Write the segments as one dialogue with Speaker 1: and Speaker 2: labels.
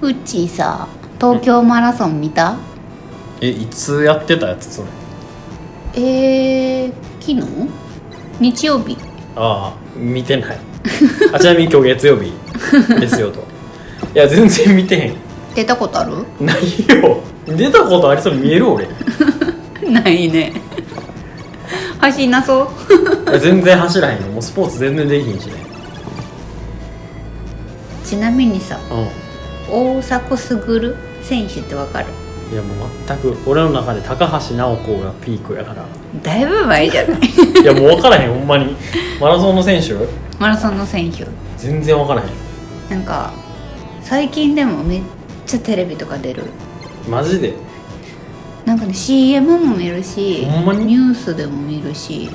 Speaker 1: うっちーさ東京マラソン見た、
Speaker 2: えいつやってたやつそれ
Speaker 1: えー、昨日日曜日
Speaker 2: ああ見てない あちなみに今日月曜 日ですよといや全然見てへん
Speaker 1: 出たことある
Speaker 2: ないよ出たことありそうに見える俺 い
Speaker 1: ない ね走んなそう
Speaker 2: や全然走らへんよもうスポーツ全然できひんしね
Speaker 1: ちなみにさ
Speaker 2: う
Speaker 1: 大迫傑選手ってわかる
Speaker 2: んいやもう全く俺の中で高橋尚子がピークやから
Speaker 1: だいぶ前じゃない
Speaker 2: いやもう分からへんほんまにマラソンの選手
Speaker 1: マラソンの選手
Speaker 2: 全然分からへん
Speaker 1: なんか最近でもめっちゃテレビとか出る
Speaker 2: マジで
Speaker 1: なんかね CM も見るし
Speaker 2: ほんまに
Speaker 1: ニュースでも見るし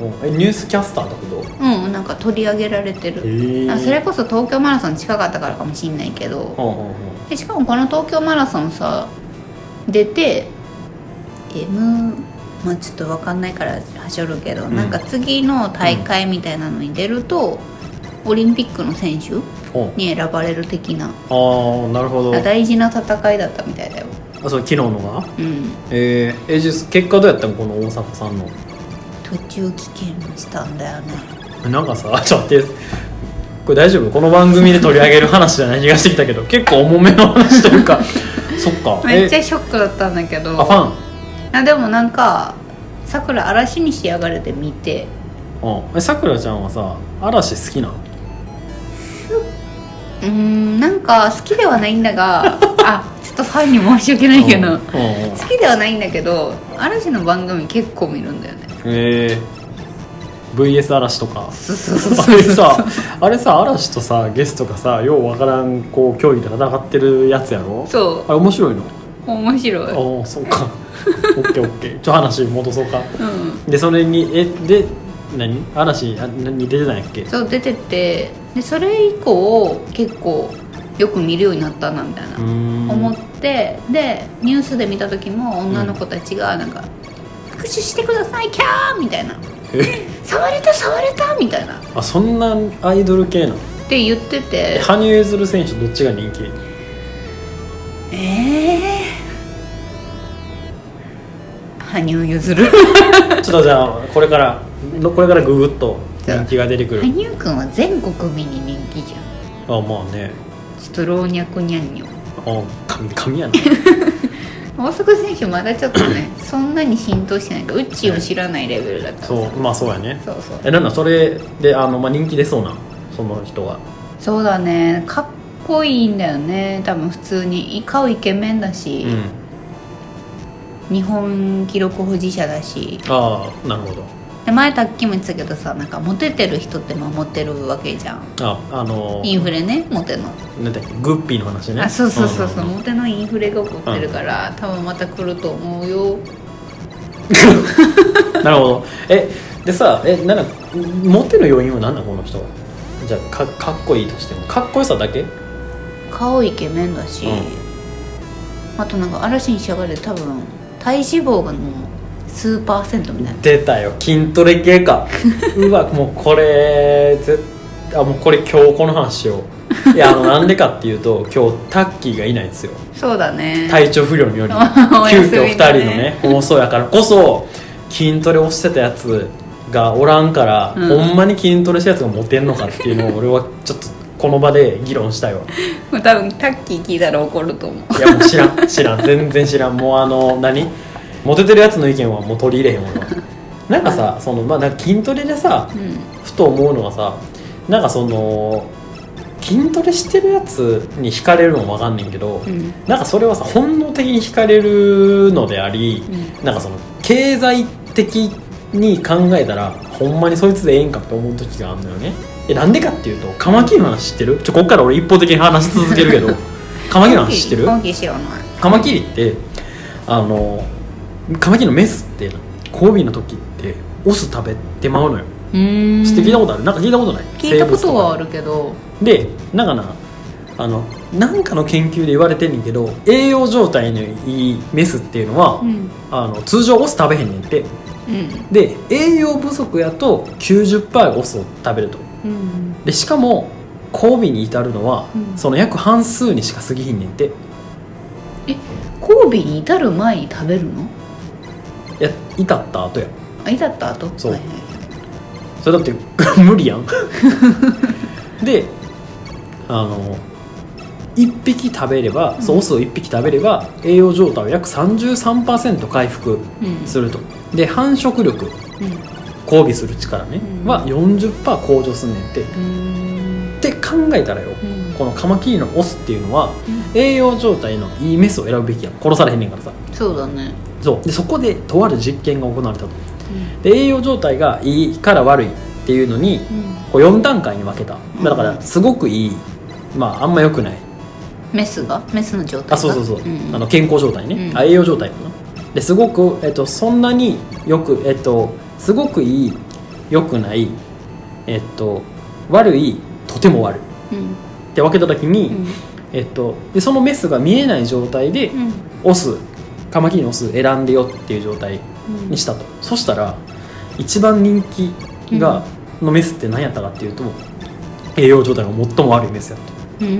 Speaker 2: うんえニュースキャスターってこ
Speaker 1: うんなんか取り上げられて
Speaker 2: と
Speaker 1: る、
Speaker 2: へ
Speaker 1: あそれこそ東京マラソン近かったからかもしんないけど
Speaker 2: ほうほうほう
Speaker 1: でしかもこの東京マラソンさ出て M まあちょっと分かんないから走るけど、
Speaker 2: うん
Speaker 1: なんか次の大会みたいなのに出ると、オリンピックの選手
Speaker 2: うん
Speaker 1: に選ばれる的な
Speaker 2: ああなるほどあ
Speaker 1: 大事な戦いだったみたいだよ
Speaker 2: そう昨日のが
Speaker 1: うん
Speaker 2: えー、えじゃあ結果どうやったのこの大阪さんの
Speaker 1: 途中棄権したんだよね
Speaker 2: なんかさ ちょっと待ってこれ大丈夫この番組で取り上げる話じゃない気がしてきたけど結構重めの話というか そっか
Speaker 1: めっち
Speaker 2: え
Speaker 1: ゃショックだったんだけど
Speaker 2: あファン
Speaker 1: あでもなんかさくら嵐に仕上がれて見て
Speaker 2: うんえさくらちゃんはさ嵐好きなの
Speaker 1: うーんなんか好きではないんだ があちょっとファンに申し訳ないけ
Speaker 2: うんう
Speaker 1: ど
Speaker 2: んうん
Speaker 1: 好きではないんだけど嵐の番組結構見るんだよね
Speaker 2: えー、VS 嵐とか
Speaker 1: そうそうそう
Speaker 2: あ
Speaker 1: そう
Speaker 2: れさあれさ嵐とさゲストがさようわからんこう競技で戦ってるやつやろ
Speaker 1: そ
Speaker 2: あれ面白いの
Speaker 1: う面白い
Speaker 2: ああそうかオッケーオッケーちょ話戻そうか
Speaker 1: うん
Speaker 2: でそれにえで何嵐あ何出てないっけ
Speaker 1: そう出ててでそれ以降結構よく見るようになったなみたいな、思
Speaker 2: 思
Speaker 1: ってでニュースで見た時も女の子たちがなんか「拍手してくださいキャー!」みたいな「触れた触れた!」みたいなっ
Speaker 2: あそんなアイドル系なの
Speaker 1: て言って
Speaker 2: え
Speaker 1: て
Speaker 2: 羽生結弦選手どっちが人気
Speaker 1: ええー、羽生結弦
Speaker 2: ちょっとじゃあこれからのこれからググッと人気が出てくる
Speaker 1: 羽生くんは全国民に人気じゃん
Speaker 2: あまあね
Speaker 1: ちょっと老若にゃんにょ
Speaker 2: あ神 神やな
Speaker 1: 大阪選手まだちょっと ねそんなに浸透してないとうっちーを知らないレベルだから
Speaker 2: そうまあそうやね
Speaker 1: そうそう
Speaker 2: えなんだそれであの、まあ、人気出そうなその人が
Speaker 1: そうだねかっこいいんだよね多分普通に顔イケメンだし
Speaker 2: う、ん
Speaker 1: 日本記録保持者だし
Speaker 2: ああなるほど
Speaker 1: で前卓球も言ってたけどさなんかモテてる人って守ってるわけじゃん
Speaker 2: ああの
Speaker 1: インフレねモテの、
Speaker 2: なんだっけグッピーの話ね
Speaker 1: あそうそうそうそう、
Speaker 2: んんん
Speaker 1: モテのインフレが起こってるから、多分また来ると思うよ
Speaker 2: なるほどえでさえなんだモテる要因は何なんこの人はじゃあかかっこいいとしてもかっこよさだけ
Speaker 1: 顔イケメンだし、あとなんか嵐に仕上がりで多分体脂肪がもう数パーセントみたいな
Speaker 2: 出たよ筋トレ系 かうわもうこれ絶あもうこれ今日この話しよう いやあのなんでかっていうと今日タッキーがいないんですよ
Speaker 1: そうだね
Speaker 2: 体調不良により急
Speaker 1: お休みだ
Speaker 2: 遽
Speaker 1: ね
Speaker 2: 2人のね放送やからこそ筋トレをしてたやつがおらんから、
Speaker 1: うん
Speaker 2: ほんまに筋トレしたやつがモテんのかっていうのを俺はちょっとこの場で議論したいわ
Speaker 1: 多分タッキー聞いたら怒ると思う
Speaker 2: いやもう知らん知らん全然知らんもうあの何モテてるやつの意見はもう取り入れへん俺はなんかさその、まあ、なんか筋トレでさ
Speaker 1: うん
Speaker 2: ふと思うのはさなんかその筋トレしてるやつに惹かれるのもわかんねんけど、
Speaker 1: うん
Speaker 2: なんかそれはさ本能的に惹かれるのであり
Speaker 1: うん
Speaker 2: なんかその経済的に考えたらほんまにそいつでええんかって思う時があるのよねえなんでかっていうとカマキリの話知ってるちょこっから俺一方的に話し続け るけどカマキリの話知ってる
Speaker 1: 本気知らない
Speaker 2: カマキリってあのカマキリのメスって交尾の時ってオス食べてまうのよ
Speaker 1: うーん
Speaker 2: 知って聞いたことあるなんか聞いたことない
Speaker 1: 聞いたことはあ
Speaker 2: る
Speaker 1: るけど
Speaker 2: でなんかなあのなんかの研究で言われてんねんけど栄養状態のいいメスっていうのは、
Speaker 1: うん
Speaker 2: あの通常オス食べへんねんって
Speaker 1: うん
Speaker 2: で栄養不足やと90%オスを食べると
Speaker 1: うん
Speaker 2: でしかも神戸に至るのは、
Speaker 1: うん
Speaker 2: その約半数にしか過ぎひんねんってい
Speaker 1: 神戸に至る前に食べるの
Speaker 2: や至った後や
Speaker 1: あ至った後
Speaker 2: そう
Speaker 1: はいはいはい
Speaker 2: それだって 無理やんであの1匹食べれば、そう
Speaker 1: うん
Speaker 2: オスを1匹食べれば栄養状態は約33%回復
Speaker 1: うん
Speaker 2: するとで繁殖力
Speaker 1: うん
Speaker 2: 交尾する力ね、
Speaker 1: うん
Speaker 2: は40%向上すんねんってっ
Speaker 1: うーん
Speaker 2: て考えたらよ
Speaker 1: うん
Speaker 2: このカマキリのオスっていうのは
Speaker 1: うん
Speaker 2: 栄養状態のいいメスを選ぶべきやん殺されへんねんからさ
Speaker 1: そうだね
Speaker 2: そうでそこでとある実験が行われたとで栄養状態がいいから悪いっていうのに
Speaker 1: うんうん
Speaker 2: こう4段階に分けた
Speaker 1: うん
Speaker 2: だからすごくいいまああんま良くない
Speaker 1: メスがメスの状態が
Speaker 2: あそうそうそう、
Speaker 1: ん
Speaker 2: あの健康状態ね、
Speaker 1: うん
Speaker 2: あ栄養状態かなですごく、えっと、そんなによくえっとすごくいい良くないえっと悪いとても悪い
Speaker 1: うん
Speaker 2: って分けた時に、
Speaker 1: うん
Speaker 2: えっと、でそのメスが見えない状態で
Speaker 1: うん
Speaker 2: オスカマキリのオス選んでよっていう状態
Speaker 1: うん
Speaker 2: にしたと、そしたら一番人気が、のメスって何やったかっていうと栄養状態が最も悪いメスやった
Speaker 1: うー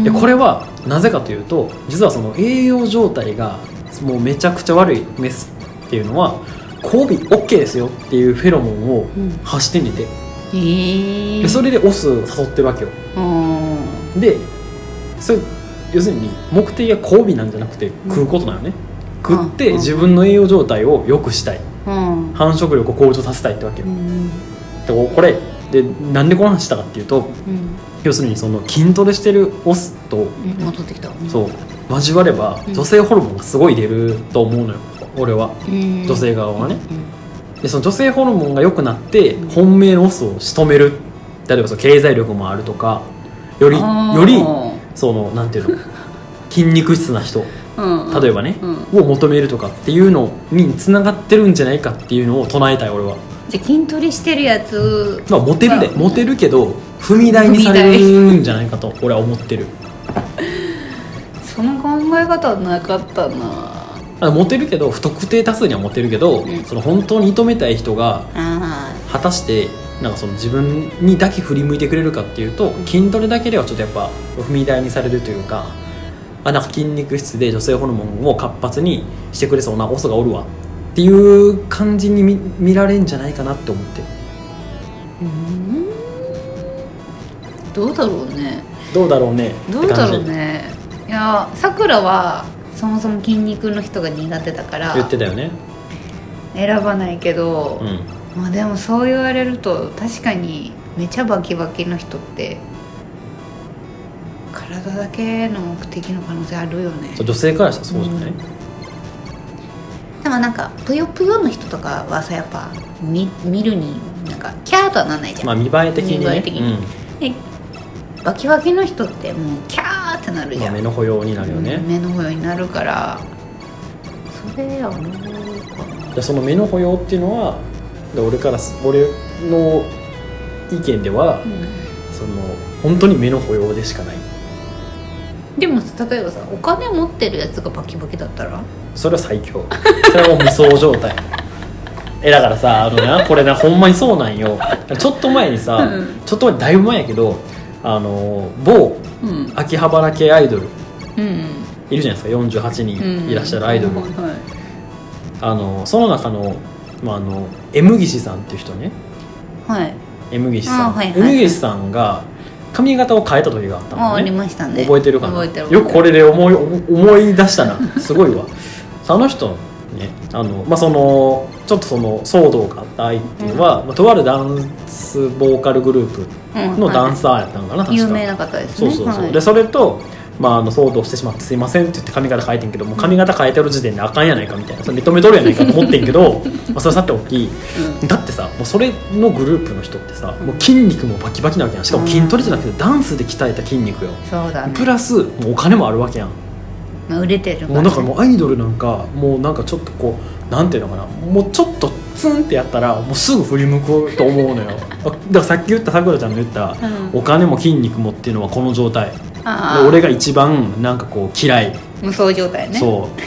Speaker 1: ん
Speaker 2: でこれはなぜかというと実はその栄養状態がもうめちゃくちゃ悪いメスっていうのは交尾 OK ですよっていうフェロモンを
Speaker 1: うん
Speaker 2: 発してんねんて
Speaker 1: えー
Speaker 2: でそれでオスを誘ってるわけよ
Speaker 1: うん
Speaker 2: でそれ要するに目的が交尾なんじゃなくて食うことなのね、
Speaker 1: うん
Speaker 2: 食っ
Speaker 1: う
Speaker 2: て
Speaker 1: ん
Speaker 2: 自分の栄養状態を良くしたい
Speaker 1: うん
Speaker 2: 繁殖力を向上させたいってわけ
Speaker 1: う
Speaker 2: よ、
Speaker 1: ん
Speaker 2: でこれでなんでこの話したかっていう
Speaker 1: う
Speaker 2: と
Speaker 1: ん
Speaker 2: 要するにその筋トレしてるオスと
Speaker 1: うん戻ってきた
Speaker 2: そう交われば
Speaker 1: うん
Speaker 2: 女性ホルモンがすごい出ると思うのよ俺は
Speaker 1: うん
Speaker 2: 女性側はね、
Speaker 1: うん
Speaker 2: でその女性ホルモンが良くなって
Speaker 1: うん
Speaker 2: 本命のオスを仕留める例えばその経済力もあるとかより
Speaker 1: あー
Speaker 2: よりそのなん ていうの筋肉質な人
Speaker 1: うん
Speaker 2: 例えばね
Speaker 1: うん
Speaker 2: を求めるとかっていうのにつながってるんじゃないかっていうのを唱えたい俺は、
Speaker 1: じゃあ筋トレしてるやつ
Speaker 2: まあ、モテるで
Speaker 1: まあ
Speaker 2: モテるけど踏み台にされるんじゃないかと俺は思ってる
Speaker 1: その考え方なかったな
Speaker 2: あモテるけど不特定多数にはモテるけど、
Speaker 1: うん
Speaker 2: その本当に射止めたい人が
Speaker 1: あ
Speaker 2: 果たしてなんかその自分にだけ振り向いてくれるかっていうと筋トレだけではちょっとやっぱ踏み台にされるというかあなんか筋肉質で女性ホルモンを活発にしてくれそうなオスがおるわっていう感じに見見られんじゃないかなって思って
Speaker 1: ーうんどうだろうね
Speaker 2: どうだろうね
Speaker 1: どうだろうねいやさくらはそもそも筋肉の人が苦手だから
Speaker 2: 言ってたよね、
Speaker 1: 選ばないけど、
Speaker 2: うん、
Speaker 1: まあでもそう言われると確かにめちゃバキバキの人って体だけの目的の可能性あるよね
Speaker 2: そう女性からしたらそうじゃない、
Speaker 1: うんでもなんかぷよぷよの人とかはさやっぱ見見るになんかキャーとはならないじゃん、
Speaker 2: まあ見栄え的にね
Speaker 1: 見栄え的にでバキバキの人ってもうキャーってなる
Speaker 2: うん
Speaker 1: じ
Speaker 2: ま
Speaker 1: ゃ
Speaker 2: あ、
Speaker 1: ん、
Speaker 2: 目の保養になるよね、
Speaker 1: うん目の保養になるからそれや思うかな
Speaker 2: でその目の保養っていうのはで俺からす俺の意見では、その本当に目の保養でしかない
Speaker 1: でもさ例えばさお金持ってるやつがバキバキだったら
Speaker 2: それは最強それはもう無双状態 えだからさあのなこれなほんまにそうなんよちょっと前にさ、
Speaker 1: うん
Speaker 2: ちょっと前だいぶ前やけどあの某
Speaker 1: うん
Speaker 2: 秋葉原系アイドル
Speaker 1: うん
Speaker 2: いるじゃないですか48人いらっしゃるアイドルが、
Speaker 1: うんはい
Speaker 2: あのその中の,、まあ、あの M 岸さんっていう人ね
Speaker 1: はい、
Speaker 2: M 岸さ
Speaker 1: あ
Speaker 2: ん、
Speaker 1: はいはいはい
Speaker 2: M 岸さんが髪型を変えた時があった
Speaker 1: あ
Speaker 2: の
Speaker 1: あり
Speaker 2: ね
Speaker 1: ましたね
Speaker 2: 覚えてるかな
Speaker 1: 覚えてる
Speaker 2: よくこれで思い思い出したな すごいわあの人ねあの、まあ、そのちょっとその騒動があった相手は、まあ、とあるダンスボーカルグループのダンサーやったのかな、
Speaker 1: うんはい有
Speaker 2: 確か
Speaker 1: 名な方です
Speaker 2: そ
Speaker 1: ね
Speaker 2: うそうそう、
Speaker 1: はい
Speaker 2: でそれと、まあ、あの騒動してしまって「すいません」って言って髪型変えてんけどもう髪型変えてる時点であかんやないかみたいなそれ認めとるやないかと思ってんけど まあそれはさておきだってさもうそれのグループの人ってさもう筋肉もバキバキなわけやんしかも筋トレじゃなくてダンスで鍛えた筋肉よ
Speaker 1: うんそうだね
Speaker 2: プラスもうお金もあるわけやん
Speaker 1: まあ売れてる
Speaker 2: もうなんか
Speaker 1: ね
Speaker 2: もうアイドルなんかもうなんかちょっとこうなんていうのかなもうちょっとツンってやったらもうすぐ振り向くと思う のよだからさっき言ったさくらちゃんの言った
Speaker 1: うん
Speaker 2: お金も筋肉もっていうのはこの状態で
Speaker 1: ああ
Speaker 2: 俺が一番なんかこう嫌い、
Speaker 1: 無双状態ね
Speaker 2: そう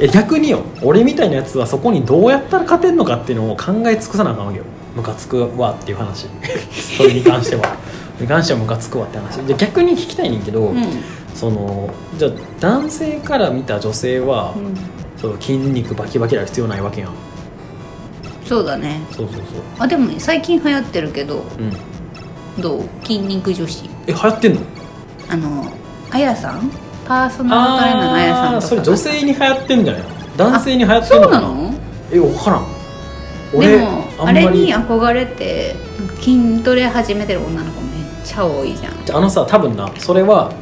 Speaker 2: え逆によ俺みたいなやつはそこにどうやったら勝てんの かっていうのを考え尽くさなあかんわけよムカつくわっていう話それに関してはに関してはムカつくわって話で逆に聞きたいねんけど、
Speaker 1: うん
Speaker 2: そのじゃあ男性から見た女性は、
Speaker 1: うん
Speaker 2: その筋肉バキバキなら必要ないわけやん
Speaker 1: そうだね
Speaker 2: そうそう
Speaker 1: あでも最近流行ってるけど
Speaker 2: そううん
Speaker 1: どう筋肉女子
Speaker 2: え流行ってんの
Speaker 1: あのあやさんパーソナルトレーナーのあやさんと
Speaker 2: あー
Speaker 1: か
Speaker 2: それ女性に流行ってんじゃないの男性に流行ってん
Speaker 1: そ
Speaker 2: の
Speaker 1: うな
Speaker 2: かな
Speaker 1: の
Speaker 2: え分からん俺
Speaker 1: でもあ
Speaker 2: んまり
Speaker 1: れに憧れてなんか筋トレ始めてる女の子めっちゃ多いじゃん
Speaker 2: じゃああのさ多分なそれは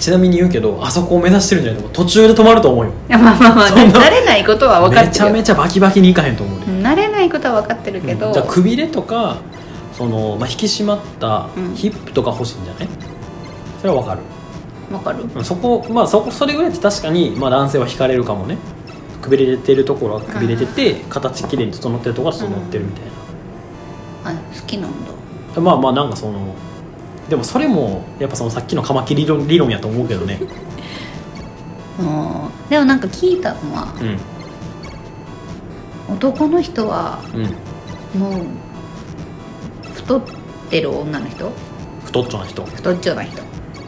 Speaker 2: ちなみに言うけどあそこを目指してるんじゃないと思う途中で止まると思うよ
Speaker 1: いやまあまあまあ、
Speaker 2: そん
Speaker 1: ね、
Speaker 2: な
Speaker 1: 慣れないことは分か
Speaker 2: め
Speaker 1: っ
Speaker 2: ち
Speaker 1: て
Speaker 2: ゃ
Speaker 1: るよ
Speaker 2: めちゃバキバキにいかへんと思うで、
Speaker 1: うん慣れないことは分かってるけど、
Speaker 2: うんじゃあくびれとかその、まあ、引き締まった
Speaker 1: うん
Speaker 2: ヒップとか欲しいんじゃない、それはわかる
Speaker 1: 分かる
Speaker 2: うんそこまあそこそれぐらいって確かに、まあ、男性は惹かれるかもねくびれてるところはくびれてて形きれいに整ってるところは整ってるみたいな、
Speaker 1: あ好きなんだ
Speaker 2: まあまあなんかそのでもそれもやっぱそのさっきのカマキリ理論理論やと思うけどね
Speaker 1: うんでもなんか聞いたのは
Speaker 2: うん
Speaker 1: 男の人は
Speaker 2: うん
Speaker 1: もう太ってる女の人
Speaker 2: 太っちょな人
Speaker 1: 太っちょな人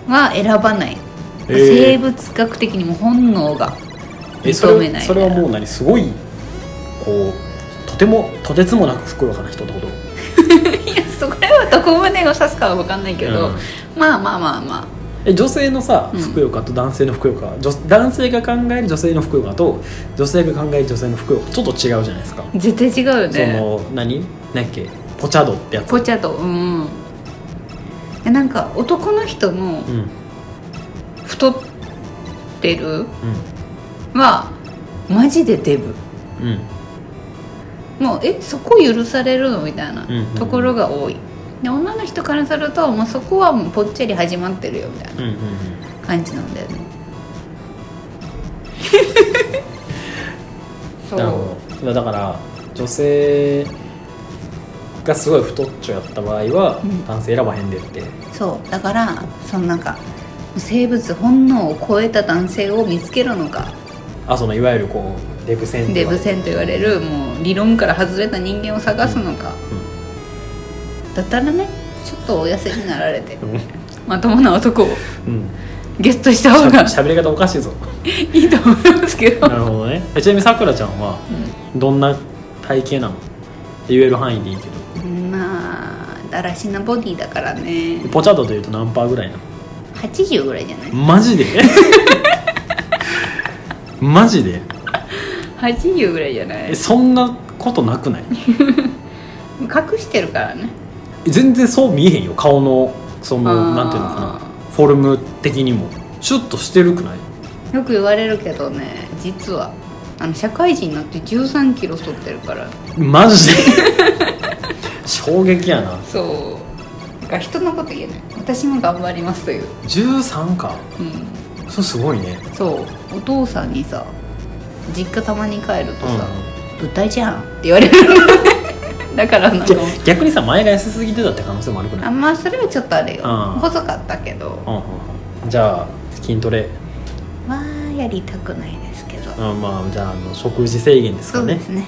Speaker 1: は選ばない、
Speaker 2: えー
Speaker 1: 生物学的にも本能が
Speaker 2: えそれ
Speaker 1: 認めない
Speaker 2: それはもう何すごいこうとてもとてつもなくふくよかな人ってこと
Speaker 1: いやそこら辺はどこまでを指すかは分かんないけど、
Speaker 2: うん
Speaker 1: まあまあまあま
Speaker 2: え女性のさ
Speaker 1: うん
Speaker 2: ふくよかと男性のふくよか、女男性が考える女性のふくよかと女性が考える女性のふくよかちょっと違うじゃないですか、
Speaker 1: あ絶対違うよ
Speaker 2: そ
Speaker 1: ね
Speaker 2: の何何やっけポチャドってやつ
Speaker 1: ポチャとうんえなんか男の人の
Speaker 2: うんうん
Speaker 1: 太ってるはマジでデブ
Speaker 2: うん
Speaker 1: もうえそこ許されるのみたいな
Speaker 2: うんうん
Speaker 1: ところが多い、で女の人からするともうそこはもうぽっちゃり始まってるよみたい
Speaker 2: うんうんうん
Speaker 1: な感じなんだよね そ
Speaker 2: なる
Speaker 1: う
Speaker 2: ほどだから女性がすごい太っちょやった場合は、
Speaker 1: うん
Speaker 2: 男性選ばへんでって
Speaker 1: そうだからそのなんか生物本能を超えた男性を見つけるのか
Speaker 2: あそのいわゆるこうデブ戦とか
Speaker 1: デブ戦と言われるもう理論から外れた人間を探すのか、だったらねちょっとお痩せになられて
Speaker 2: うん、うん
Speaker 1: まともな男を
Speaker 2: うん、
Speaker 1: ゲットした方が
Speaker 2: しゃべり方おかしいぞ
Speaker 1: いいと思いますけど、
Speaker 2: なるほどね えちなみにさくらちゃんはどんな体型なの言える範囲でいいけど
Speaker 1: うん、まあだらしなボディだからね
Speaker 2: ポチャドというと何パーぐらいなの
Speaker 1: 80ぐらいじゃない
Speaker 2: マジで マジで
Speaker 1: 80ぐらいじゃない
Speaker 2: えそんなことなくない
Speaker 1: 隠してるからね
Speaker 2: 全然そう見えへんよ顔のそ
Speaker 1: あ
Speaker 2: の
Speaker 1: ー
Speaker 2: なんていうのかなフォルム的にもシュッとしてるくない
Speaker 1: よく言われるけどね実はあの社会人になって1 3キロ太ってるから
Speaker 2: マジ で衝撃やな
Speaker 1: そうだから人のこと言えない私も頑張りますという、
Speaker 2: 13か
Speaker 1: うん、
Speaker 2: それすごいね
Speaker 1: そうお父さんにさ実家たまに帰るとさ「
Speaker 2: う
Speaker 1: 豚、じゃん」って言われる だからなんんか
Speaker 2: じゃ逆にさ前が痩せすぎてたって可能性もあるくない、
Speaker 1: あんまあそれはちょっとあれよ
Speaker 2: うん
Speaker 1: 細かったけど
Speaker 2: うんうん、じゃあ筋トレ、
Speaker 1: わーやりたくないですけど
Speaker 2: うん、まあじゃああの食事制限ですか
Speaker 1: そ
Speaker 2: ね
Speaker 1: うですね
Speaker 2: んう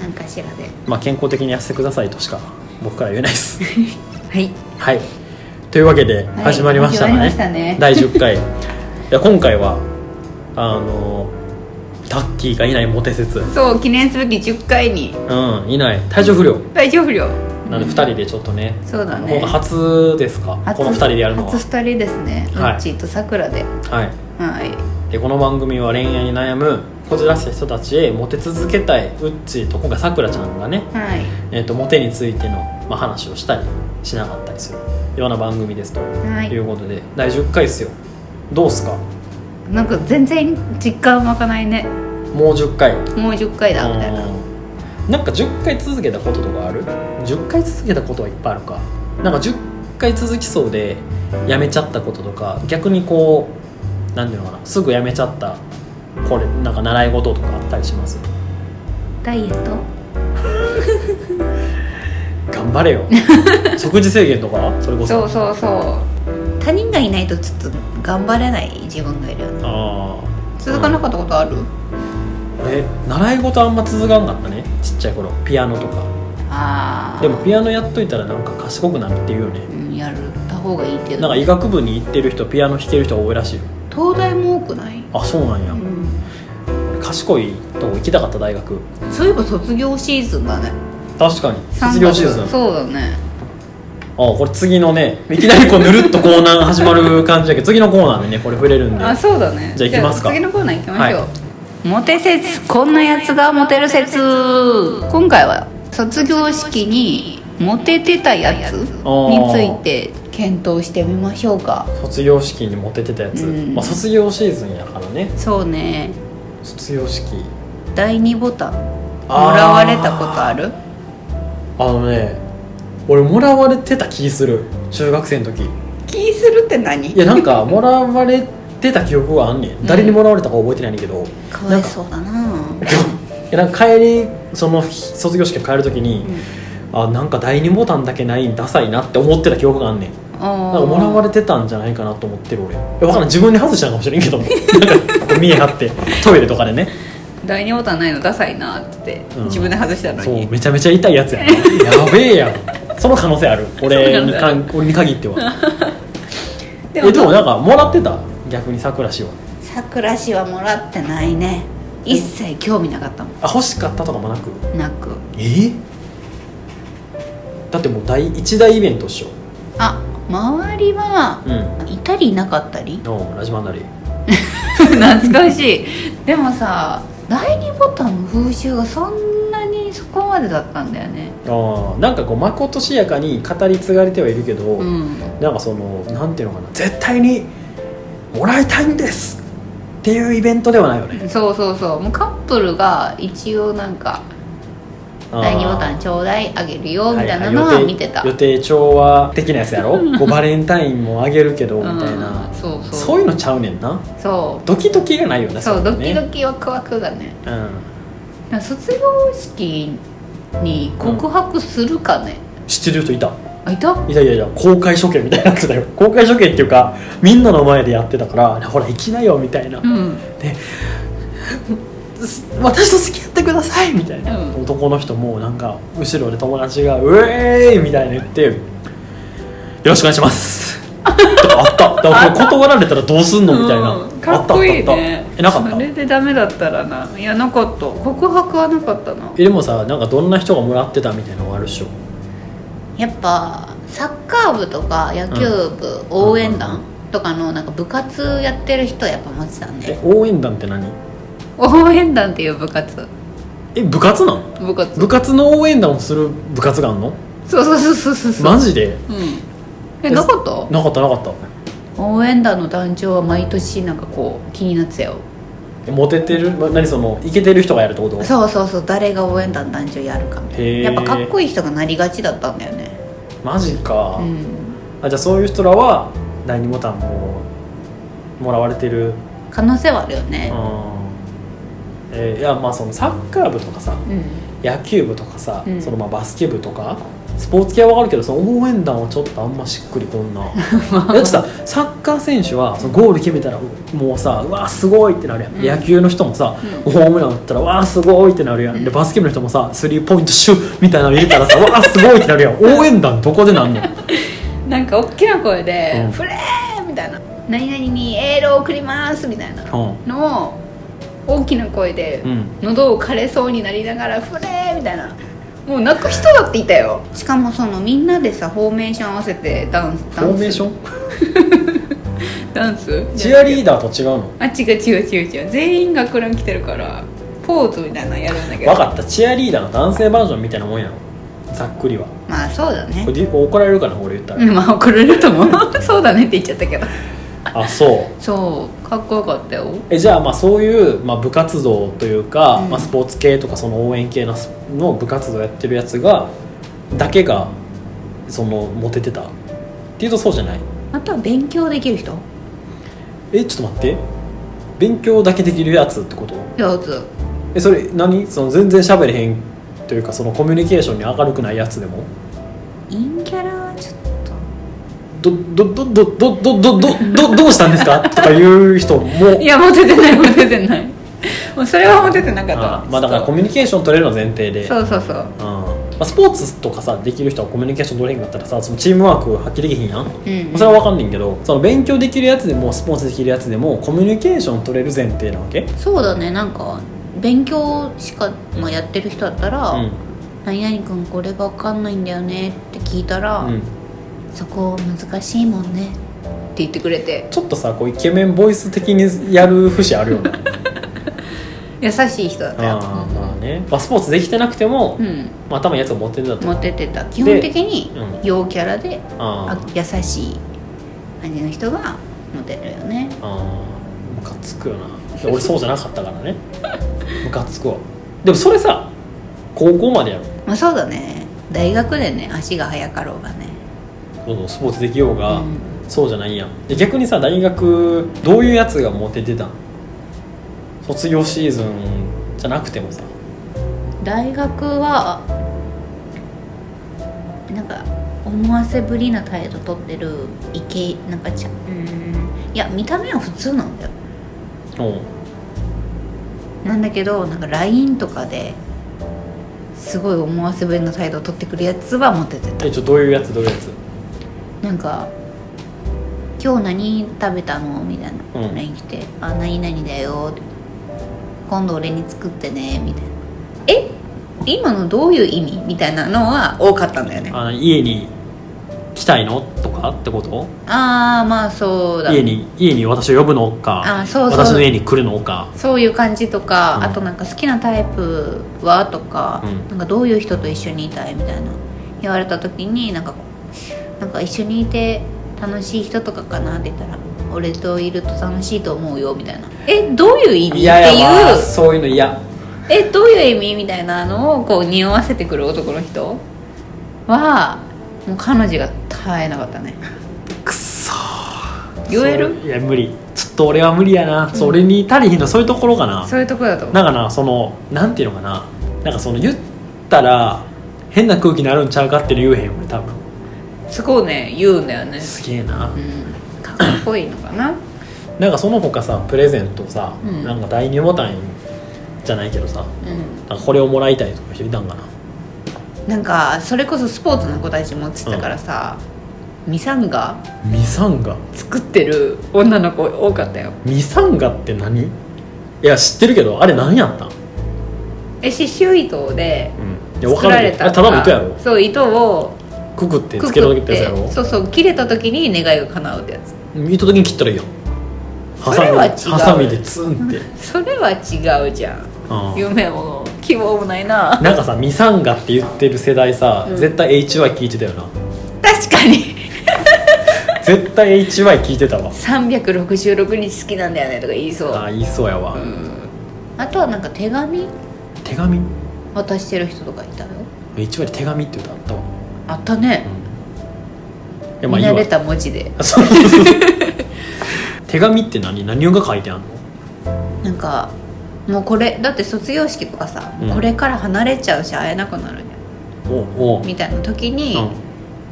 Speaker 2: ん
Speaker 1: なんかしらで
Speaker 2: まあ、健康的に痩せてくださいとしか僕から言えないです
Speaker 1: はい
Speaker 2: はいというわけで
Speaker 1: はい
Speaker 2: 始まりました
Speaker 1: 始まり
Speaker 2: ね
Speaker 1: ましたね
Speaker 2: 第10回いや今回はあのタッキーがいないモテ説
Speaker 1: そう記念すべき10回に
Speaker 2: うんいない体調不良、
Speaker 1: 大丈夫よ
Speaker 2: なんで2人でちょっとね
Speaker 1: そうだ
Speaker 2: 今
Speaker 1: ね
Speaker 2: 回初ですかこの2人でやるのは
Speaker 1: 初2人ですね、
Speaker 2: はいう
Speaker 1: っちーとさくらで
Speaker 2: はい
Speaker 1: はい
Speaker 2: でこの番組は恋愛に悩むこじらせた人たちへモテ続けたいウッチーと今回さくらちゃんがね、
Speaker 1: はい
Speaker 2: えー、とモテについての、まあ、話をしたりしなかったりするような番組ですと
Speaker 1: はい
Speaker 2: いうことで、第10回ですよどうっすか
Speaker 1: なんか全然実感湧かないね
Speaker 2: もう10回
Speaker 1: もう10回だみたいな
Speaker 2: うんなんか10回続けたこととかある ?10 回続けたことはいっぱいあるかなんか10回続きそうでやめちゃったこととか逆にこうなんていうのかなすぐやめちゃったこれなんか習い事とかあったりします
Speaker 1: ダイエット
Speaker 2: 頑張 れよ食事制限とかそれこそ
Speaker 1: そうそうそう他人がいないとちょっと頑張れない自分がいるよね
Speaker 2: ああ
Speaker 1: 続かなかったことある、
Speaker 2: 俺習い事あんま続かんかったねちっちゃい頃ピアノとか
Speaker 1: ああ
Speaker 2: でもピアノやっといたらなんか賢くなるっていうよね
Speaker 1: うんやるた方方がいいっていう
Speaker 2: なんか医学部に行ってる人ピアノ弾ける人が多いらしいよ
Speaker 1: 東大も多くない、
Speaker 2: あそうなんや、
Speaker 1: うん、
Speaker 2: 賢いとこ行きたかった大学
Speaker 1: そういえば卒業シーズンだね
Speaker 2: 確かに卒業シーズ
Speaker 1: 3
Speaker 2: ンあ
Speaker 1: 月そうだね
Speaker 2: これ次のねいきなりこうぬるっとコーナーが始まる感じだけど次のコーナーでねこれ触れるんで
Speaker 1: あそうだね
Speaker 2: じゃあ行きますか
Speaker 1: じゃあ次のコーナー行きましょう、
Speaker 2: は
Speaker 1: モテ説こんなやつがモテる説今回は卒業式にモテてたやつについて検討してみましょうか
Speaker 2: 卒業式にモテてたやつ、
Speaker 1: うん
Speaker 2: まあ、卒業シーズンやからね
Speaker 1: そうね
Speaker 2: 卒業式
Speaker 1: 第2ボタンも
Speaker 2: あー
Speaker 1: らわれたことある
Speaker 2: あのね俺もらわれてた気する中学生の時
Speaker 1: 気するって何
Speaker 2: いやなんかもらわれてた記憶があんねん誰にもらわれたか覚えてないねんけど、
Speaker 1: かわいそうだな
Speaker 2: えなんか帰りその日卒業式帰る時に、あなんか第二ボタンだけないダサいなって思ってた記憶があんねんなんかもらわ
Speaker 1: れ
Speaker 2: れてたんじゃないかなと思ってる俺いやわからん自分で外したんかもしれんけどなんか見え張ってトイレとかでね
Speaker 1: 第2ボタンないのダサいなって、
Speaker 2: うん
Speaker 1: 自分で外したの
Speaker 2: そう
Speaker 1: に
Speaker 2: めちゃめちゃ痛いやつやなやべえやんその可能性ある俺にかん俺に限っては
Speaker 1: で
Speaker 2: えでもなんかもらってた逆に桜氏は
Speaker 1: 桜氏はもらってないね一切興味なかったもん
Speaker 2: あ欲しかったとかもなく
Speaker 1: なく
Speaker 2: えだってもう第一大イベントっしょ
Speaker 1: あ周りは
Speaker 2: うん
Speaker 1: いたりいなかった り
Speaker 2: のラジマンダリ
Speaker 1: 懐かしいでもさ第2ボタンの風習がそんなにそこまでだったんだよね
Speaker 2: ああなんかこうまことしやかに語り継がれてはいるけど、
Speaker 1: うん
Speaker 2: なんかそのなんていうのかな絶対にもらいたいんですっていうイベントではないよね
Speaker 1: そうそうそうもうカップルが一応なんか第2ボタンちょうだいあげるよみたいなのは見てた、
Speaker 2: 予定調和的なやつ やろこうバレンタインもあげるけどみたい
Speaker 1: うん
Speaker 2: な、
Speaker 1: そうそう
Speaker 2: そういうのちゃうねんな
Speaker 1: そ
Speaker 2: ドキドキがないよ
Speaker 1: う
Speaker 2: ね
Speaker 1: そう
Speaker 2: れ
Speaker 1: ド
Speaker 2: はね
Speaker 1: キドキワクワクだね
Speaker 2: うん、
Speaker 1: なんか卒業式に告白するかね、
Speaker 2: 知ってる人いた
Speaker 1: あいた
Speaker 2: いやいやいや公開処刑みたいなやつだよ 公開処刑っていうかみんなの前でやってたからほら行きなよみたいな、
Speaker 1: うん
Speaker 2: す私と付き合ってくださいみたいな、
Speaker 1: うん
Speaker 2: 男の人もなんか後ろで友達が「うえーい!」みたいな言って「よろしくお願いし ます」とかあっただからこれ断られたらどうすんのみたいな、
Speaker 1: うんかっこいいね
Speaker 2: あったあったあったえ
Speaker 1: そ
Speaker 2: なかった
Speaker 1: れでダメだったらないやなかった告白はなかったな
Speaker 2: えでもさなんかどんな人がもらってたみたいなのがあるっしょ
Speaker 1: やっぱサッカー部とか野球部、応援団とかのなんか部活やってる人はやっぱ持ってた
Speaker 2: え
Speaker 1: ね
Speaker 2: 応援団って何
Speaker 1: 応援団っていう部活
Speaker 2: え部活なの
Speaker 1: 部活
Speaker 2: 部活の応援団をする部活があんの
Speaker 1: そうそうそうそうそうそう
Speaker 2: マジで
Speaker 1: うんえなかった
Speaker 2: なかったなかった
Speaker 1: 応援団の団長は毎年なんかこう気になってたよ
Speaker 2: えモテてるま何そのイケてる人がやるってこと
Speaker 1: そうそうそう誰が応援団団長やるかみた
Speaker 2: へ
Speaker 1: い
Speaker 2: ー
Speaker 1: なやっぱかっこいい人がなりがちだったんだよね
Speaker 2: マジか、
Speaker 1: うん
Speaker 2: あじゃあそういう人らは第2ボタンももらわれてる
Speaker 1: 可能性はあるよ
Speaker 2: うん
Speaker 1: ね、
Speaker 2: えーいやまあそのサッカー部とかさ
Speaker 1: うん
Speaker 2: 野球部とかさ、
Speaker 1: うん
Speaker 2: そのまあバスケ部とかスポーツ系はわかるけどその応援団はちょっとあんましっくり こんなだってさサッカー選手はそのゴール決めたらもうさうわーすごいってなるやん、
Speaker 1: うん
Speaker 2: 野球の人もさ、
Speaker 1: う
Speaker 2: ホームラン打ったらわーすごいってなるやん、でバスケ部の人もさスリーポイントシューみたいなの入れたらさわーすごいってなるやん応援団どこでなんの
Speaker 1: なんか大きな声で
Speaker 2: うん
Speaker 1: フレー!」みたいな「何々にエールを送ります」みたいなのを大きな声で
Speaker 2: うん、うん
Speaker 1: 喉を枯れそうになりながら「フレー!」みたいなもう泣く人だっていたよしかもそのみんなでさフォーメーション合わせてダンスダンス
Speaker 2: フォーメーション
Speaker 1: ダンス
Speaker 2: チアリーダーと違うの
Speaker 1: あ違う違う違う違う全員学ラン来てるからポーズみたいなのやるんだけど
Speaker 2: 分かったチアリーダーの男性バージョンみたいなもんやろざっくりは
Speaker 1: まあそうだね
Speaker 2: これで怒られるかな俺言った
Speaker 1: う
Speaker 2: ら
Speaker 1: ん まあ怒られると思う そうだねって言っちゃったけど
Speaker 2: あそう
Speaker 1: そうかっこよかったよ
Speaker 2: えじゃあまあそういう、まあ、部活動というか、
Speaker 1: うん
Speaker 2: まあ、スポーツ系とかその応援系のスの部活動やってるやつがだけがそのモテてたっていうとそうじゃない
Speaker 1: あとは勉強できる人
Speaker 2: えちょっと待って勉強だけできるやつってこと
Speaker 1: 上手
Speaker 2: えそれ何その全然喋れへんというかそのコミュニケーションに明るくないやつでも
Speaker 1: インキャラはちょっと
Speaker 2: どどどどどどどどどどうしたんですかとかいう人も
Speaker 1: いやモテてないモテて ないもうそれはモテてなかった
Speaker 2: あまあだからコミュニケーション取れるの前提で
Speaker 1: そうそうそう
Speaker 2: うんあ、スポーツとかさできる人はコミュニケーション取れへんかったらさそのチームワーク発揮できへんやん
Speaker 1: うんうん
Speaker 2: それは分かんねんけどその勉強できるやつでもスポーツできるやつでもコミュニケーション取れる前提なわけ
Speaker 1: そうだねなんか勉強しか、まあ、やってる人だったら「
Speaker 2: うん
Speaker 1: 何々君これが分かんないんだよね」って聞いたら「
Speaker 2: うん
Speaker 1: そこ難しいもんね」って言ってくれて
Speaker 2: ちょっとさこうイケメンボイス的にやる節あるよね
Speaker 1: 優しい人だったよ
Speaker 2: ああまあね、まあ、スポーツできてなくても、
Speaker 1: うん、
Speaker 2: まあ、頭いいやつを持ってるだと
Speaker 1: モテてた基本的に
Speaker 2: うん
Speaker 1: 陽キャラで
Speaker 2: あ
Speaker 1: あ
Speaker 2: ー
Speaker 1: 優しい感じの人がモテるよね
Speaker 2: あームカつくよな俺そうじゃなかったから ねムカつくわでもそれさ高校までやろ
Speaker 1: まあそうだね大学でね足が速かろうがね
Speaker 2: そうそうスポーツできようが、
Speaker 1: うん
Speaker 2: そうじゃないやんで逆にさ大学どういうやつがモテてたん卒業シーズンじゃなくてもさ
Speaker 1: 大学はなんか思わせぶりな態度取ってるイケなんかちゃうーんいや見た目は普通なんだよ
Speaker 2: おう
Speaker 1: なんだけどなんか LINE とかですごい思わせぶりな態度取ってくるやつはモテて
Speaker 2: えちょどういうやつどういうやつ
Speaker 1: たなんか「今日何食べたの?」みたいな
Speaker 2: うん
Speaker 1: LINE 来て「あ何々だよ」今度俺に作ってね」みたいな「え今のどういう意味?」みたいなのは多かったんだよね
Speaker 2: あ家に来たいのとかってこと
Speaker 1: ああまあそうだ
Speaker 2: 家に家に私を呼ぶのか
Speaker 1: あそうそう
Speaker 2: 私の家に来るのか
Speaker 1: そういう感じとか、
Speaker 2: うん
Speaker 1: あとなんか好きなタイプはとか、
Speaker 2: うん
Speaker 1: なんかどういう人と一緒にいたいみたいな言われた時になんかなんか一緒にいて楽しい人とかかなって言ったら俺といると楽しいと思うよみたいなえどういう意味って
Speaker 2: わ
Speaker 1: いう
Speaker 2: そういうの嫌
Speaker 1: えどういう意味みたいなのをこう匂わせてくる男の人はもう彼女が耐えなかったね
Speaker 2: くっそ
Speaker 1: 言える
Speaker 2: そういや無理ちょっと俺は無理やな、それに足りひんのそういうところかな
Speaker 1: そういうとこだと思う
Speaker 2: なんかなそのなんていうのかななんかその言ったら変な空気になるんちゃうかっていう言えへん俺多分
Speaker 1: そこをね言うんだよね、
Speaker 2: すげえな、
Speaker 1: うん、かっこいいのかな
Speaker 2: なんかその他さプレゼントさ、
Speaker 1: うん
Speaker 2: なんか第二ボタンじゃないけどさ
Speaker 1: うん
Speaker 2: なんかこれをもらいたいとか人いたんかな
Speaker 1: なんかそれこそスポーツの子たち持ってたからさ、ミサンガ
Speaker 2: ミサンガ
Speaker 1: 作ってる女の子多かったよ
Speaker 2: ミサンガって何いや知ってるけどあれ何やったん、
Speaker 1: え刺繍糸で
Speaker 2: うん、いや分
Speaker 1: 作
Speaker 2: からる
Speaker 1: れ
Speaker 2: けど
Speaker 1: た
Speaker 2: あれただの糸やろ
Speaker 1: そう糸を
Speaker 2: くくって
Speaker 1: く
Speaker 2: つけ
Speaker 1: く
Speaker 2: る
Speaker 1: っ
Speaker 2: ってや
Speaker 1: て
Speaker 2: つやろ
Speaker 1: そうそう切れた時に願いが叶うってやつ
Speaker 2: 糸的に切ったらいいやんハサ
Speaker 1: それ
Speaker 2: ミ
Speaker 1: は違う
Speaker 2: ハサミでツンって、
Speaker 1: それは違うじゃん
Speaker 2: うん、
Speaker 1: 夢も希望もないな
Speaker 2: なんかさミサンガって言ってる世代さ、
Speaker 1: うん
Speaker 2: 絶対 HY 聞いてたよな
Speaker 1: 確かに
Speaker 2: 絶対 HY 聞いてたわ
Speaker 1: 366日好きなんだよねとか言いそう
Speaker 2: ああ言いそうやわ、
Speaker 1: あとはなんか手紙
Speaker 2: 手紙
Speaker 1: 渡してる人とかいたよ
Speaker 2: HY で手紙って歌あったわ、う
Speaker 1: あったね
Speaker 2: ん、いやまあ
Speaker 1: 見
Speaker 2: いい
Speaker 1: 慣
Speaker 2: わ
Speaker 1: れた文字で
Speaker 2: そう そうそう手紙って何何が書いてあんの
Speaker 1: なんかもうこれだって卒業式とかさ、
Speaker 2: うん
Speaker 1: これから離れちゃうし会えなくなるじゃ
Speaker 2: おうおうん
Speaker 1: みたいな時に
Speaker 2: うん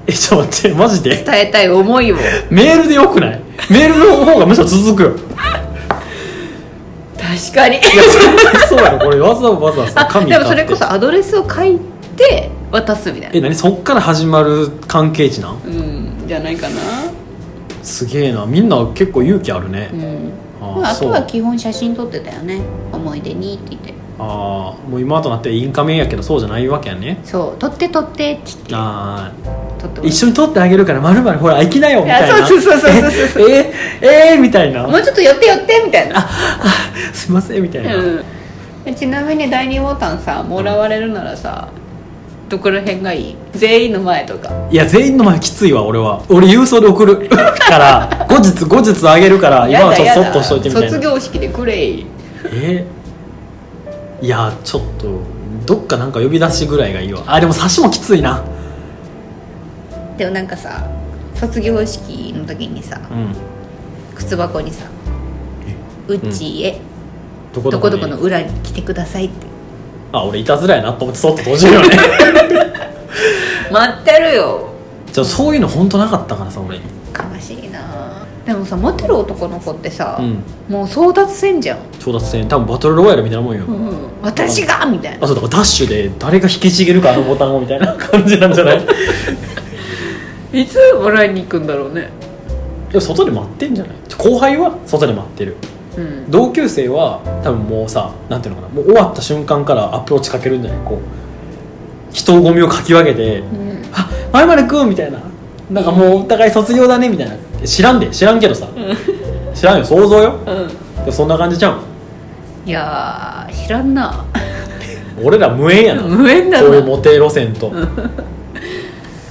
Speaker 2: えちょっと待ってマジで
Speaker 1: 伝えたい思 いを
Speaker 2: メールでよくないメールの方がむしろ続くよ
Speaker 1: 確かに
Speaker 2: いやそうそうやろこれわざわざさ
Speaker 1: あ
Speaker 2: 紙
Speaker 1: でも
Speaker 2: 買
Speaker 1: そ
Speaker 2: って
Speaker 1: れこそアドレスを書いて渡すみたい
Speaker 2: え
Speaker 1: な
Speaker 2: 何そっから始まる関係値なん
Speaker 1: うんじゃないかな
Speaker 2: すげえなみんな結構勇気あるね
Speaker 1: う、ん
Speaker 2: あ
Speaker 1: まあ、あと
Speaker 2: そう
Speaker 1: は基本写真撮ってたよね思い出にって言って
Speaker 2: あーもう今となってインカメやけどそうじゃないわけやね
Speaker 1: そう撮って撮ってって言って
Speaker 2: あー
Speaker 1: 撮ってもらう
Speaker 2: 一緒に撮ってあげるからまるまるほら行きなよみたい
Speaker 1: いや
Speaker 2: な
Speaker 1: そうそうそうそう そうそ
Speaker 2: えええーみたいな
Speaker 1: もうちょっと寄って寄ってみたいな
Speaker 2: あすいませんみたいな、
Speaker 1: うん、ちなみに第2ボタンさもらわれるならさ、どこら辺がいい全員の前とか
Speaker 2: いや全員の前きついわ俺は俺郵送で送 るから後日後日あげるから今はちょっとそっとしといてみたい
Speaker 1: 卒
Speaker 2: な
Speaker 1: 業式でくれい
Speaker 2: えーいやちょっとどっかなんか呼び出しぐらいがいいわあでも差しもきついな
Speaker 1: でもなんかさ卒業式の時にさ
Speaker 2: うん
Speaker 1: 靴箱にさ「うちへ、
Speaker 2: ど
Speaker 1: ど
Speaker 2: こど
Speaker 1: こ
Speaker 2: こ
Speaker 1: ど
Speaker 2: に
Speaker 1: この裏に来てください」って
Speaker 2: あ俺いたずらやなと思ってそっと閉 じるよね
Speaker 1: 待ってるよ
Speaker 2: じゃあそういうの本当なかったからさ俺
Speaker 1: 悲しいなでもさモテる男の子ってさ、
Speaker 2: うん
Speaker 1: もう争奪戦じゃん、
Speaker 2: 争奪戦多分バトルロワイヤルみたいなもんよ、
Speaker 1: 私がみたいな
Speaker 2: あそうだからダッシュで誰が引きちぎるかあのボタンをみたい な感じなんじゃない
Speaker 1: いつもらいに行くんだろうね
Speaker 2: でも外で待ってんじゃない後輩は外で待ってる
Speaker 1: うん
Speaker 2: 同級生は多分もうさなんていうのかなもう終わった瞬間からアプローチかけるんじゃないこう人ゴミをかき分けて
Speaker 1: うん
Speaker 2: 「あ前までくん」みたいななんかもうお互い卒業だねみたいな知らんで知らんけどさ知らんよ想像よ
Speaker 1: うん
Speaker 2: でもそんな感じちゃうん
Speaker 1: いやー知らんな
Speaker 2: 俺ら無縁やなこ
Speaker 1: 無縁
Speaker 2: う
Speaker 1: だ
Speaker 2: いう
Speaker 1: な
Speaker 2: モテ路線と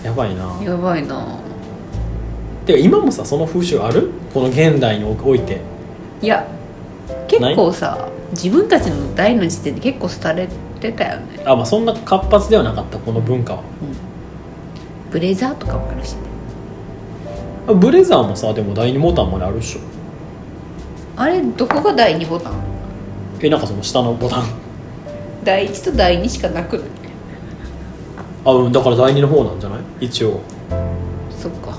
Speaker 2: やばいな
Speaker 1: やばいな
Speaker 2: てか今もさその風習あるこの現代において
Speaker 1: いや結構さ自分たちの代の時点で結構廃れてたよね、
Speaker 2: あまあそんな活発ではなかったこの文化は
Speaker 1: うんブレザーとかもあるしね
Speaker 2: あブレザーもさでも第2ボタンまであるっしょ
Speaker 1: あれどこが第2ボタン
Speaker 2: えなんかその下のボタン
Speaker 1: 第1と第2しかなくない
Speaker 2: あうんだから第2の方なんじゃない一応
Speaker 1: そっか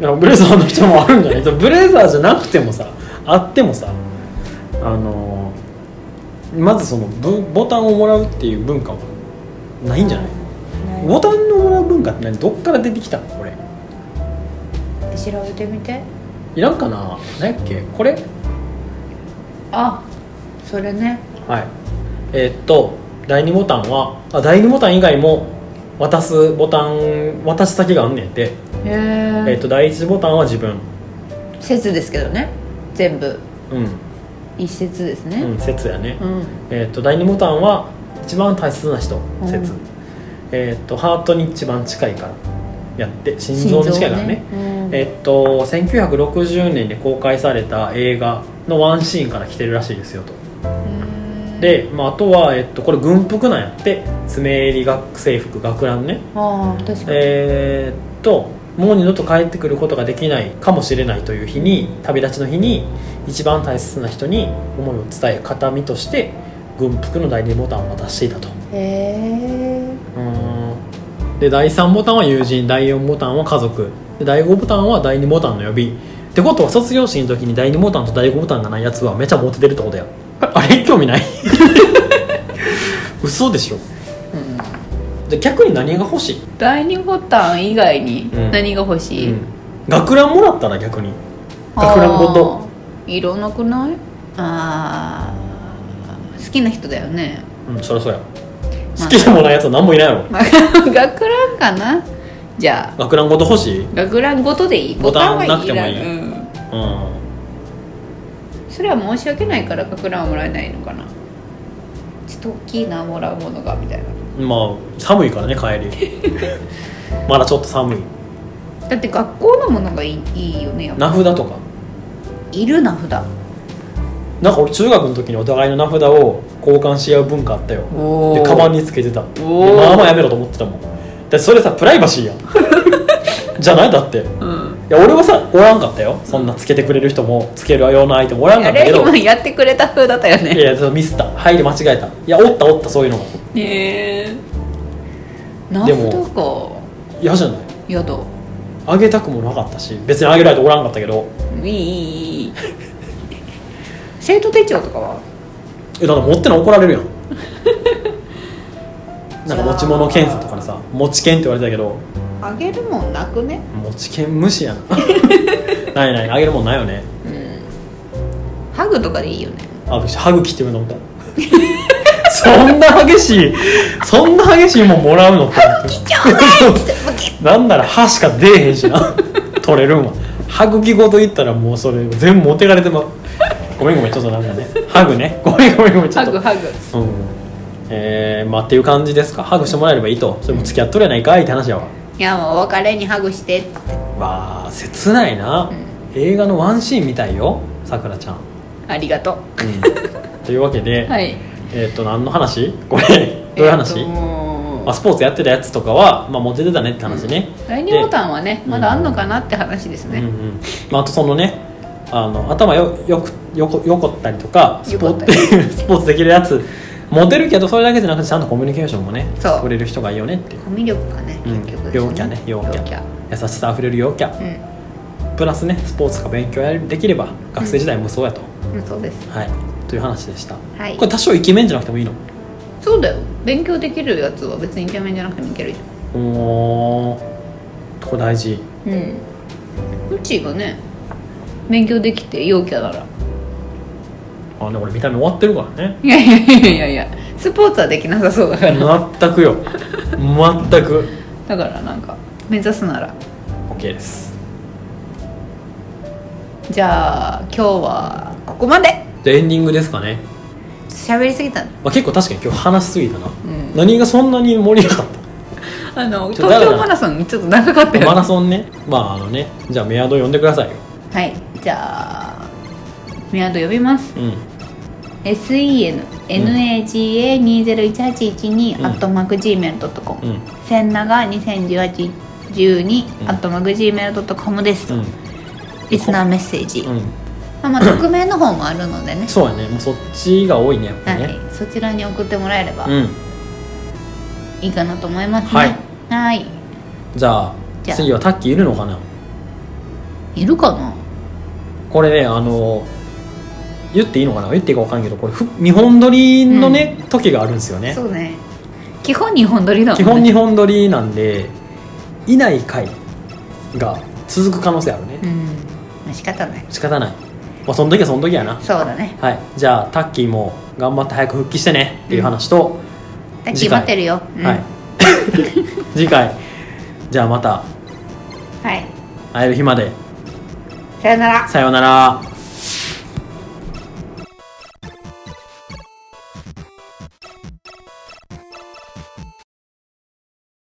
Speaker 2: いやブレザーの人もあるんじゃないブレザーじゃなくてもさあってもさあのーまずそのブボタンをもらうっていう文化はないんじゃないボタンをもらう文化って何どっから出てきたのこれ
Speaker 1: 調べてみて
Speaker 2: いらんかな何やっけこれ
Speaker 1: あそれね
Speaker 2: はいえーっと第2ボタンはあ第2ボタン以外も渡すボタン渡し先があんねんて、
Speaker 1: へ
Speaker 2: えーっと第1ボタンは自分
Speaker 1: 説ですけどね全部
Speaker 2: う
Speaker 1: 一説です
Speaker 2: ん、う
Speaker 1: ね
Speaker 2: ん、説やね、
Speaker 1: うん、
Speaker 2: えー、と第2ボタンは一番大切な人
Speaker 1: うん
Speaker 2: 説、えー、とハートに一番近いからやって心臓に近いからね
Speaker 1: うん
Speaker 2: えっと1960年に公開された映画のワンシーンから来てるらしいですよと
Speaker 1: へー
Speaker 2: で、まあ、あとは、えっとこれ軍服なんやって爪襟学制服学ランね
Speaker 1: ああ確かに、
Speaker 2: えーっともう二度と帰ってくることができないかもしれないという日に旅立ちの日に一番大切な人に思いを伝え形見として軍服の第2ボタンを渡していたと
Speaker 1: へえ
Speaker 2: うーんで第3ボタンは友人第4ボタンは家族で第5ボタンは第2ボタンの呼びってことは卒業式の時に第2ボタンと第5ボタンがないやつはめちゃモテてるってことやああれ興味ない 嘘でしょで逆に何が欲しい、
Speaker 1: 第2ボタン以外に
Speaker 2: うん
Speaker 1: 何が欲しい、
Speaker 2: 学ランもらったら逆に
Speaker 1: あー
Speaker 2: 学ランごと
Speaker 1: いらなくないあー好きな人だよね
Speaker 2: うんそりゃそうや好きでもないやつは何もいないやろ
Speaker 1: 学ランかなじゃ
Speaker 2: 学ランごと欲しいうん
Speaker 1: あ学ランごとでいい
Speaker 2: ボタンなくてもいい
Speaker 1: ボタンはいらんうんそれは申し訳ないから学ランはもらえないのかなちょっと大きいなもらうものがみたいな
Speaker 2: まあ寒いからね帰 りまだちょっと寒い
Speaker 1: だって学校のものがいいいいよねやっぱ
Speaker 2: 名札とか
Speaker 1: いるな札
Speaker 2: なんか俺中学の時にお互いの名札を交換し合う文化あったよ
Speaker 1: お
Speaker 2: でカバンにつけてたで
Speaker 1: おー
Speaker 2: まあまあやめろと思ってたもんでそれさプライバシーやん じゃないだってい
Speaker 1: うん
Speaker 2: や俺はさおらんかったよそんなつけてくれる人もつけるような相手もおらんか
Speaker 1: あ
Speaker 2: った
Speaker 1: れ
Speaker 2: けど
Speaker 1: 今 やってくれた風だったよ
Speaker 2: い
Speaker 1: ね
Speaker 2: やいやそれミスった入り間違えたいやおったおったそういうのも
Speaker 1: へえ名
Speaker 2: でも
Speaker 1: 札か
Speaker 2: 嫌じゃない
Speaker 1: やだ
Speaker 2: あげたくもなかったし別にあげられておらんかったけど
Speaker 1: いいいいいい生徒手帳とかは
Speaker 2: えだから持っての怒られるやんなんか持ち物検査とかでさ持ち券って言われてたけど
Speaker 1: あげるもんなくね
Speaker 2: 持ち券無視やな ないないあげるもんないよね
Speaker 1: うんハグとかでいいよね
Speaker 2: あ私歯茎って言うのみたいなそんな激しいそんな激しいもんもらうのって
Speaker 1: ちょうだいって
Speaker 2: なんなら歯しか出えへんしな 取れるんは歯茎ごと言ったらもうそれ全部持ってかれてまうごめんごめんちょっとなんかねハグねごめんごめんごめんち
Speaker 1: ハ
Speaker 2: ょっと
Speaker 1: グハグ
Speaker 2: うんえー、まあっていう感じですかハグしてもらえればいいとそれも付き合っとるやないかいって話やわ
Speaker 1: いやもうお別れにハグしてって
Speaker 2: わあ切ないな、映画のワンシーンみたいよさくらちゃん、
Speaker 1: ありがと
Speaker 2: うん、というわけで、
Speaker 1: うはい
Speaker 2: えっ、と何の話これどういう
Speaker 1: え
Speaker 2: 話、
Speaker 1: ーともう
Speaker 2: まあ、スポーツやってたやつとかは、まあ、モテてたねって話ね、
Speaker 1: 第2ボタンはねまだあんのかなって話です
Speaker 2: うん
Speaker 1: ね
Speaker 2: うんまあ、あとそのねあの頭よよくよこよこったりとかスポ
Speaker 1: よこったり
Speaker 2: ーツ スポーツできるやつモテるけどそれだけじゃなくてちゃんとコミュニケーションもね
Speaker 1: そう
Speaker 2: 取れる人がいいよねっていう
Speaker 1: コミュ力がね
Speaker 2: うん
Speaker 1: 結局です
Speaker 2: 陽キャね陽キャ優しさあふれる陽キャ
Speaker 1: うん
Speaker 2: ププラスねスポーツとか勉強やりできれば学生時代無双やと、
Speaker 1: うんそうです
Speaker 2: はいという話でした
Speaker 1: はい
Speaker 2: これ多少イケメンじゃなくてもいいの
Speaker 1: そうだよ勉強できるやつは別にイケメンじゃなくてもいけるじ
Speaker 2: おーこれ大事
Speaker 1: ゃんうんうちがね勉強できて陽キャなら
Speaker 2: あでも俺見た目終わってるから ね
Speaker 1: いやいやいやいやいやスポーツはできなさそうだから
Speaker 2: 全くよ全 く
Speaker 1: だからなんか目指すなら
Speaker 2: OK です
Speaker 1: じゃあ今日はここまで
Speaker 2: じゃあエンディングですかね、
Speaker 1: 喋りすぎたね
Speaker 2: まあ、結構確かに今日話しすぎたな
Speaker 1: うん
Speaker 2: 何がそんなに盛り上がっ
Speaker 1: あの
Speaker 2: ちょっと
Speaker 1: 東京マラソンちょっと長 かった
Speaker 2: た
Speaker 1: よ
Speaker 2: マラソンねまああのねじゃあメアド呼んでくださいよ
Speaker 1: はいじゃあメアド呼びます
Speaker 2: うん
Speaker 1: SENNAGA201812
Speaker 2: うん
Speaker 1: アットマーク Gmail.com
Speaker 2: うん
Speaker 1: 千長2018 12
Speaker 2: うん
Speaker 1: アットマーク Gmail.com ですと、
Speaker 2: うん
Speaker 1: リスナーメッセージ、
Speaker 2: うん
Speaker 1: まあ、まあ匿名の方もあるのでね
Speaker 2: そうやねもうそっちが多いねやっぱ
Speaker 1: は
Speaker 2: ね、
Speaker 1: い、そちらに送ってもらえれば
Speaker 2: うん
Speaker 1: いいかなと思いますね
Speaker 2: はい
Speaker 1: はい
Speaker 2: じゃあ
Speaker 1: じゃあ
Speaker 2: 次はタッキーいるのかない
Speaker 1: るかな
Speaker 2: これねあの言っていいのかな言っていいか分かんないけどこれふ日本撮りのね、時があるんですよね
Speaker 1: そうね基本日本撮りだもん、
Speaker 2: 基
Speaker 1: ね、
Speaker 2: 本日本撮りなんでいない回が続く可能性あるね
Speaker 1: うんまあ仕方ない
Speaker 2: 仕方ないまあその時はその時やな
Speaker 1: そうだね
Speaker 2: はいじゃあタッキーも頑張って早く復帰してねっていう話と、
Speaker 1: だ決
Speaker 2: 次回
Speaker 1: まってるよ、うん
Speaker 2: はい 次回じゃあまた
Speaker 1: はい、
Speaker 2: 会える日まで
Speaker 1: さよなら
Speaker 2: さようなら